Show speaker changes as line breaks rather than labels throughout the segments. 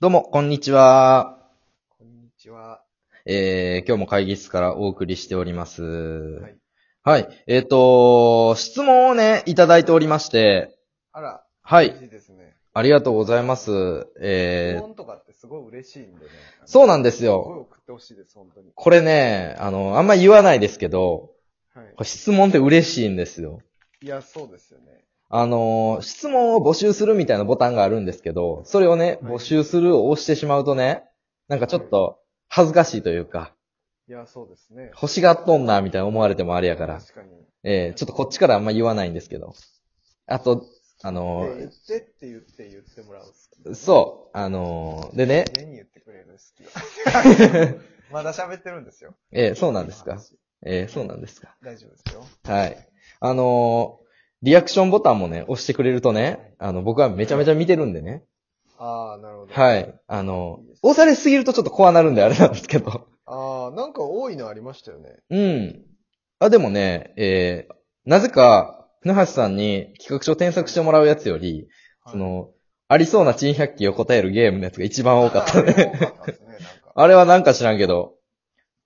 どうも、こんにちは。
こんにちは。。
えー、今日も会議室からお送りしております。はいえっ、と、質問をね、いただいておりまして、
あら、
はい
嬉、しいですね。
ありがとうございます。
質
えー、
問とかってすごい嬉しいんでね。
そうなんです
すごい
よ。
送ってほしいです、本当に。
これね、あの、あんま言わないですけど、
はい
こ。れ質問って嬉しいんですよ。
いや、そうですよね。
あの、質問を募集するみたいなボタンがあるんですけど、それをね、
はい
募集するを押してしまうとね、なんかちょっと恥ずかしいというか、
いや、そうですね。
欲しがっとんな、みたいな思われてもあれやから。
確かに。
えー、ちょっとこっちからあんま言わないんですけど。あと、あの
で言ってって言って言ってもらう好
ー
き。
そう、あのーでね、
家に言ってくれる好き。まだ喋ってるんですよ。
えー、そうなんですか
話
えー、そうなんですか
大丈夫ですよ。
はい。あのーリアクションボタンもね、押してくれるとね、あの、僕はめちゃめちゃ見てるんでね。
ああ、なるほど。。
はいい。あのー押されすぎるとちょっと怖なるんであれなんですけど。
ああ、なんか多いのありましたよね。
うん。あ、でもね、えー、なぜか、船橋さんに企画書を添削してもらうやつより、
はい
そ、の、ありそうな珍百景を答えるゲームのやつが一番多かった
あ
ね。
れ多かったですね、なんか。
あれはなんか知らんけど、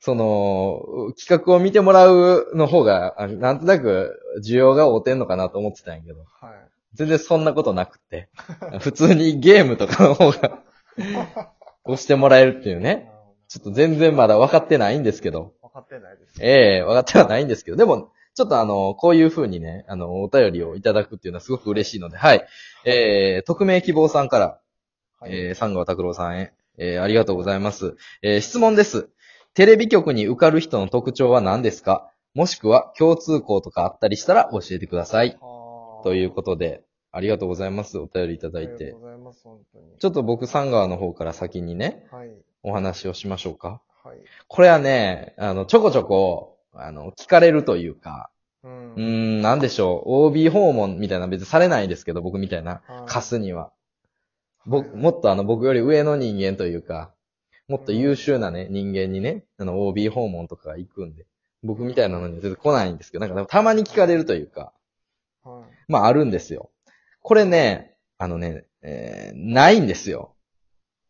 その、企画を見てもらうの方が、あなんとなく需要が合うてんのかなと思ってたんやけど、
はい。
全然そんなことなくって、普通にゲームとかの方が押してもらえるっていうね。ちょっと全然まだ分かってないんですけど、
分かってないです。
ええ分かってはないんですけど、でも、ちょっとあの、こういう風にね、あの、お便りをいただくっていうのはすごく嬉しいので、はい。えー、匿名希望さんから、
はい
えー、三川拓郎さんへ、えー、ありがとうございます。えー、質問です。テレビ局に受かる人の特徴は何ですかもしくは共通項とかあったりしたら教えてください。ということとで、ありがとうございます。お便りいただい
ありが
て
とう。ございます、本当に。
ちょっと僕、三川の方から先にね、
はい。
お話をしましょうか。
はい。
これはね、あの、ちょこちょこ、あの、聞かれるというか、
うん
うーん、なんでしょう。OB 訪問みたいな別にされないですけど、僕みたいな。カスには。僕、もっとあの、僕より上の人間というか、もっと優秀なね、人間にね、あの、OB 訪問とか行くんで、僕みたいなのには全然来ないんですけど、なんかたまに聞かれるというか、
はい。
まああるんですよ。これね、あのね、えーないんですよ。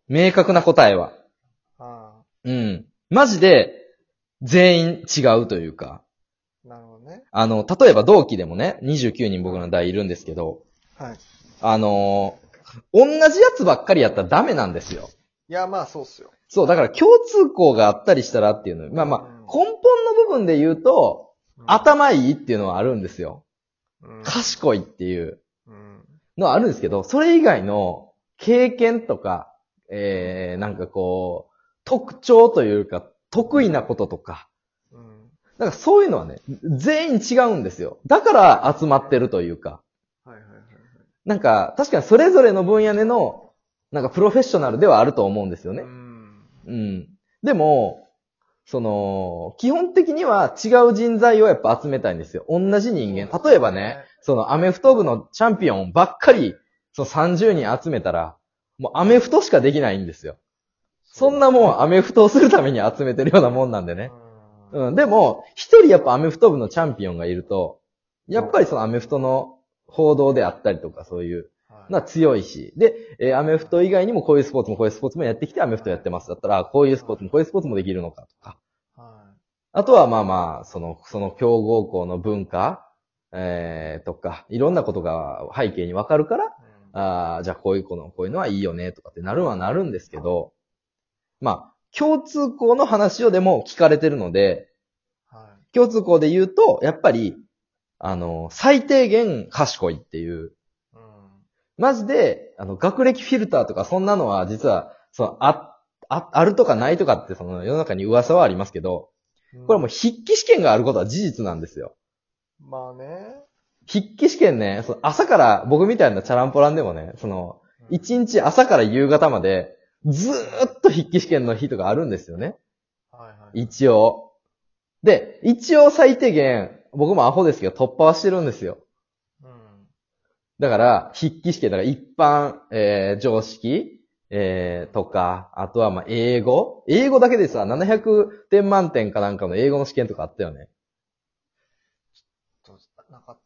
明確な答えは。
あ
うん。マジで、全員違うというか、
あ、なるほどね。
あの、例えば同期でもね、29人僕の代いるんですけど、
はい。い
あのー同じやつばっかりやったらダメなんですよ。
や、まあ、そうっすよ。
そう、だから共通項があったりしたらっていうの。まあまあ、
うん
根本の部分で言うと、
うん、
頭いいっていうのはあるんですよ。
うん、
賢いっていう
うん。
のはあるんですけど、それ以外の経験とか、えー、なんかこう、特徴というか、得意なこととか、
うん。
なんかそういうのはね、全員違うんですよ。だから集まってるというか、
はいはいはいはい。
なんか確かにそれぞれの分野での、なんかプロフェッショナルではあると思うんですよね
う。ん。
うん。でも、その、基本的には違う人材をやっぱ集めたいんですよ。同じ人間。例えばね、そのアメフト部のチャンピオンばっかり、その30人集めたら、もうアメフトしかできないんですよ。そんなもんアメフトをするために集めてるようなもんなんで
う
ね。
ん。
うん。でも、一人やっぱアメフト部のチャンピオンがいると、やっぱりそのアメフトの報道であったりとかそういう
はい
な強いし。で、えーアメフト以外にもこういうスポーツもこういうスポーツもやってきてアメフトやってます。だったら、こういうスポーツもこういうスポーツもできるのかとか。
は
あとはまあまあ、その、その強豪校の文化、えーとか、いろんなことが背景にわかるから、
い。うん
ああ、じゃあこういう子の、こういうのはいいよね、とかってなるはなるんですけど、まあ、共通項の話をでも聞かれてるので、
はい。
共通項で言うと、やっぱり、あの、最低限賢いっていう、
うん。
マジで、あの、学歴フィルターとかそんなのは、実は、その、あ、あ、あるとかないとかって、その世の中に噂はありますけど、これはもう
うん、
筆記試験があることは事実なんですよ。
まあね。
筆記試験ね、その朝から、僕みたいなチャランポランでもね、その、
うん
一日朝から夕方まで、ずーっと筆記試験の日とかあるんですよね。
はいはい。
一応。で、一応最低限、僕もアホですけど、突破はしてるんですよ。
うん。
だから、筆記試験、だから一般、えー常識、えーとか、あとはまあ英語英語だけでさ、700点満点かなんかの英語の試験とかあったよね。
どうしなかっ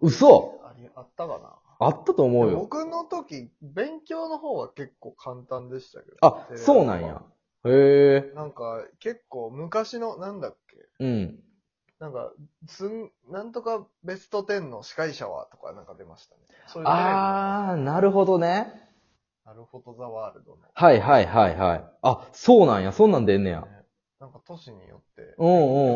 嘘
た。あり、あったかな。
あったと思うよ。
僕の時、勉強の方は結構簡単でしたけど。
あ、そうなんや。へえ。
なんか、結構昔の、なんだっけ、
うん。
なんか、すん、なんとかベスト10の司会者はとかなんか出ましたね。そういうテレビの
あー、なるほどね。
なるほど、ザワールドの。
はいはいはいはい。あ、そうなんや。そんなん出んねや。
ねなんか都市によって、
うんうん。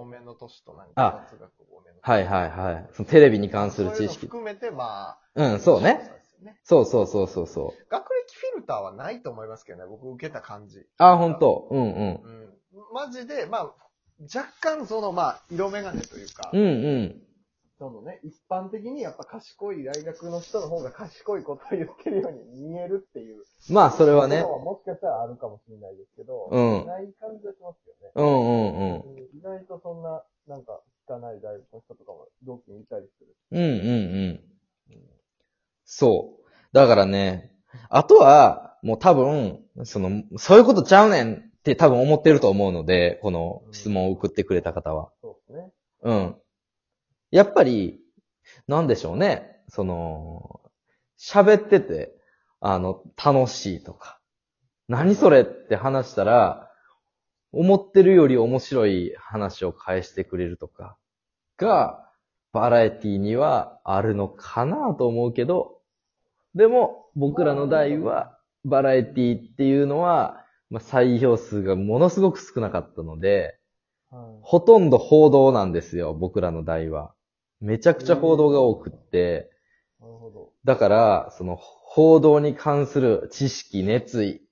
多めの都市となんか
あ
雑学多めの
はいはいはい。そのテレビに関する知識。
そういうの含めて、ま
う
あ。
ん、そうね。
ですよね。
そうそうそうそうそう。
学歴フィルターはないと思いますけどね、僕受けた感じ。
あ、ほんと。うんうん。
うん。マジで、まあ、若干その、まあ、色眼鏡というか、
うんうん。
そのね、一般的にやっぱ賢い大学の人の方が賢いことを言ってるように見えるっていう。
まあ、それはね。
もしかしたらあるかもしれないですけど、
うん
ない感じがしますよね。
うんうんうん。
意外とそんな、なんか、汚い大学の人とかも同期にいたりする。
うんうんうん。そう。だからね、あとは、もう多分、その、そういうことちゃうねんって多分思ってると思うので、この質問を送ってくれた方は。
そうですね。
うん。やっぱり、なんでしょうね。その、喋ってて、あの、楽しいとか、何それって話したら、思ってるより面白い話を返してくれるとか、が、バラエティにはあるのかなと思うけど、でも、僕らの代は、バラエティっていうのは、まあ、採用数がものすごく少なかったので、
はい。
ほとんど報道なんですよ、僕らの代は。めちゃくちゃ報道が多くって、
なるほど。
だから、その、報道に関する知識、熱意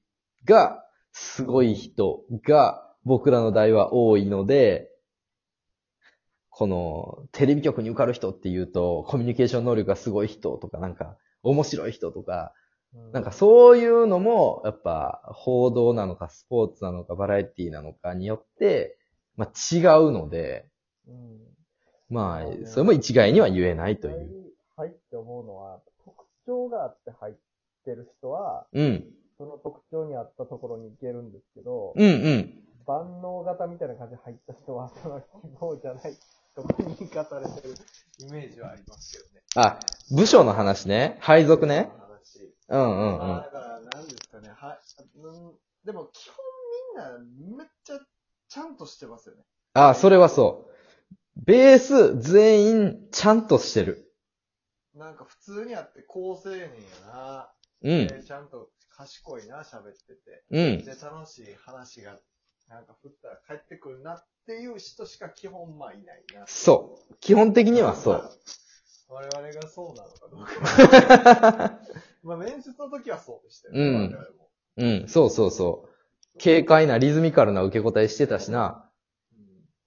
が、すごい人が、僕らの代は多いので、この、テレビ局に受かる人っていうと、コミュニケーション能力がすごい人とか、なんか、面白い人とか、なんかそういうのも、やっぱ、報道なのか、スポーツなのか、バラエティなのかによって、まあ違うので、
うん、
ま
そうね
あ、それも一概には言えないという。
はいって思うのは、特徴があって入ってる人は、
うん。
その特徴に合ったところに行けるんですけど、
うんうん。
万能型みたいな感じで入った人は、その希望じゃないとこに行かされてるイメージはありますけどね。
あ、部署の話ね。配属ね。
話。
うんうんう
まあ
ん。
だから、なんですかね。はい。うん、でも、基本みんな、めっちゃ、ちゃんとしてますよね。
あ、それはそう。ベース全員ちゃんとしてる。
なんか、普通にあって、好青年やな。
うん。
でちゃんと賢いな、喋ってて。
うん。
で、楽しい話が、なんか、振ったら帰ってくるなっていう人しか基本、まあ、いないな。
そう。基本的にはそう。
我々がそうなのかどうか。まあ、面接の時はそうでしたよ
うん
我々も
うん、そうそうそう。軽快なリズミカルな受け答えしてたしな。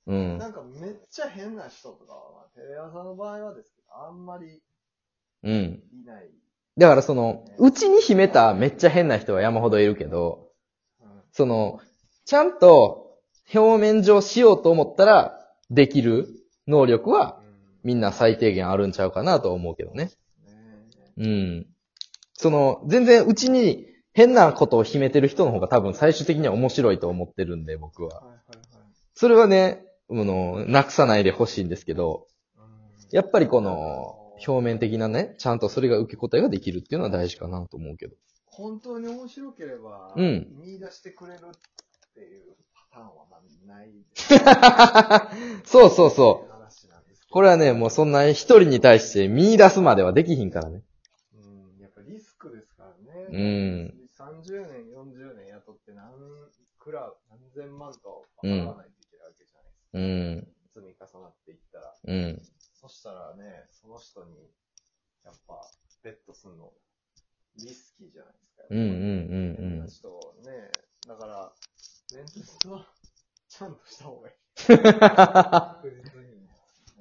う
うん
ん
な。んかめっちゃ変な人とかは、まあテレ朝の場合はですけど、あんまり
うん。
いない。
だからその、うちに秘めためっちゃ変な人は山ほどいるけど、
うん
その、ちゃんと表面上しようと思ったらできる能力はみんな最低限あるんちゃうかなと思うけどね。
ねえ
うん。その、全然うちに変なことを秘めてる人の方が多分最終的には面白いと思ってるんで僕は。
はいはい
それはね、あの、なくさないでほしいんですけど、
はい。うん
やっぱりこの、表面的なね、ちゃんとそれが受け答えができるっていうのは大事かなと思うけど。
本当に面白ければ、
うん
見出してくれるっていうパターンはまあない
そうそうそう。
う話なんですけど。
これはね、もうそんな一人に対して見出すまではできひんからね。
うん、やっぱリスクですからね。
うん。
30年、40年雇って何くら、何千万と払わないといけないわけじゃないですか。
うん。
積み重なっていったら。
うん。
そしたらね、その人に、やっぱ、ベットするの、リスキーじゃないですか。
うんうんうんうん
変な人をね、だから、面接は、ちゃんとした方がいい。確実に。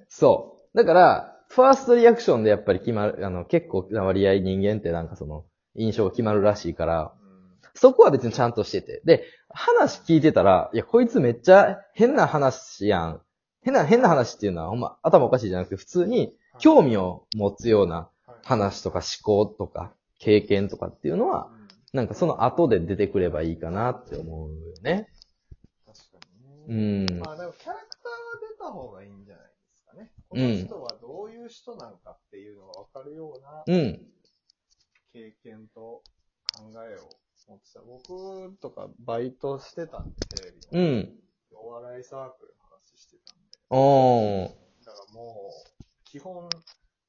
そう。だから、ファーストリアクションでやっぱり決まる、あの、結構な割合人間ってなんかその、印象が決まるらしいから、
うん。
そこは別にちゃんとしてて。で、話聞いてたら、いや、こいつめっちゃ変な話やん。変な、変な話っていうのはほんま頭おかしいじゃなくて、普通に 興味を持つような
はい、
話とか思考とか経験とかっていうのは、
うん
なんかその後で出てくればいいかなって思うよね。
確かに
う
ね。
ん。
まあでも、キャラクターが出た方がいいんじゃないですかね。こ
うん
の人はどういう人なのかっていうのがわかるような
うん。
経験と考えを持ってた。僕とかバイトしてたんで、テレビ
う
の。
ん。
お笑いサークルの話してたんで。
おー。
だからもう、基本、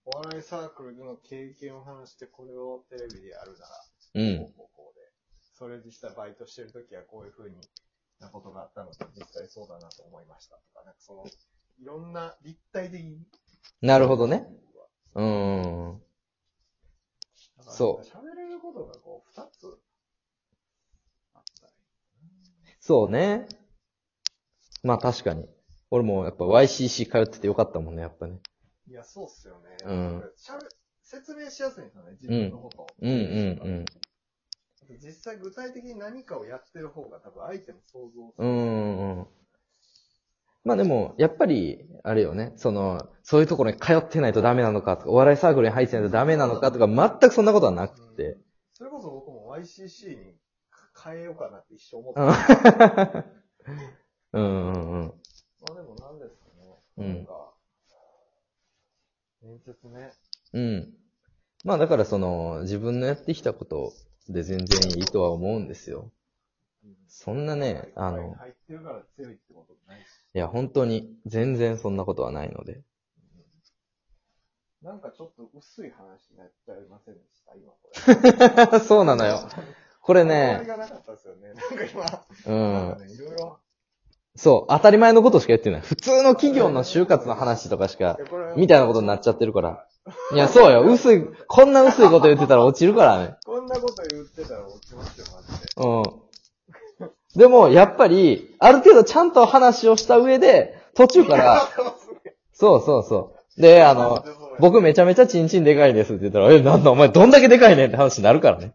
お笑いサークルでの経験を話して、これをテレビでやるなら、
うん。
こうこうで。それ実際バイトしてる時はこういう風になことがあったので、実際そうだなと思いましたとか、なんかその、いろんな立体的に。
なるほどね。うーん。
だから
そう
喋れることがこう、二つあったり。
そうね。まあ確かに。俺もやっぱ YCC 通っててよかったもんね、やっぱね。
いや、そうっすよね。
うん
しゃべ説明しやすいんですよね、自分のことを。
うんうん
実際具体的に何かをやってる方が多分相手も想像す
う
る。
ん。うーん。まあでも、やっぱり、あれよね、その、そういうところに通ってないとダメなのかとか、お笑いサークルに入ってないとダメなのかとか、全くそんなことはなくて。
それこそ僕も YCC に変えようかなって一生思って
う
た
んうんうんうん。
まあでもなんですかね。
うん
なんか、面接ね。
うん。まあだからその、自分のやってきたことで全然いいとは思うんですよ。
うん
そんなね、あの、
入ってるから強いってこともないし。
いや本当に全然そんなことはないので。
なんかちょっと薄い話になっちゃいませんでした、今これ。
そうなのよ。これ
終わり
ね、
がなかったですよね。なんか今、
う
なん
ん。
かね、いろいろ。
そう、当たり前のことしか言ってない。普通の企業の就活の話とかしか、
やこれ
みたいなことになっちゃってるから。いや、そうよ。薄い、こんな薄いこと言ってたら落ちるからね。
こんなこと言ってたら落ちますよ、マジで。
うん。でも、やっぱり、ある程度ちゃんと話をした上で、途中から、そうそうそう。で、あの、僕めちゃめちゃチンチンでかいですって言ったら、え、なんだお前どんだけでかいねんって話になるからね。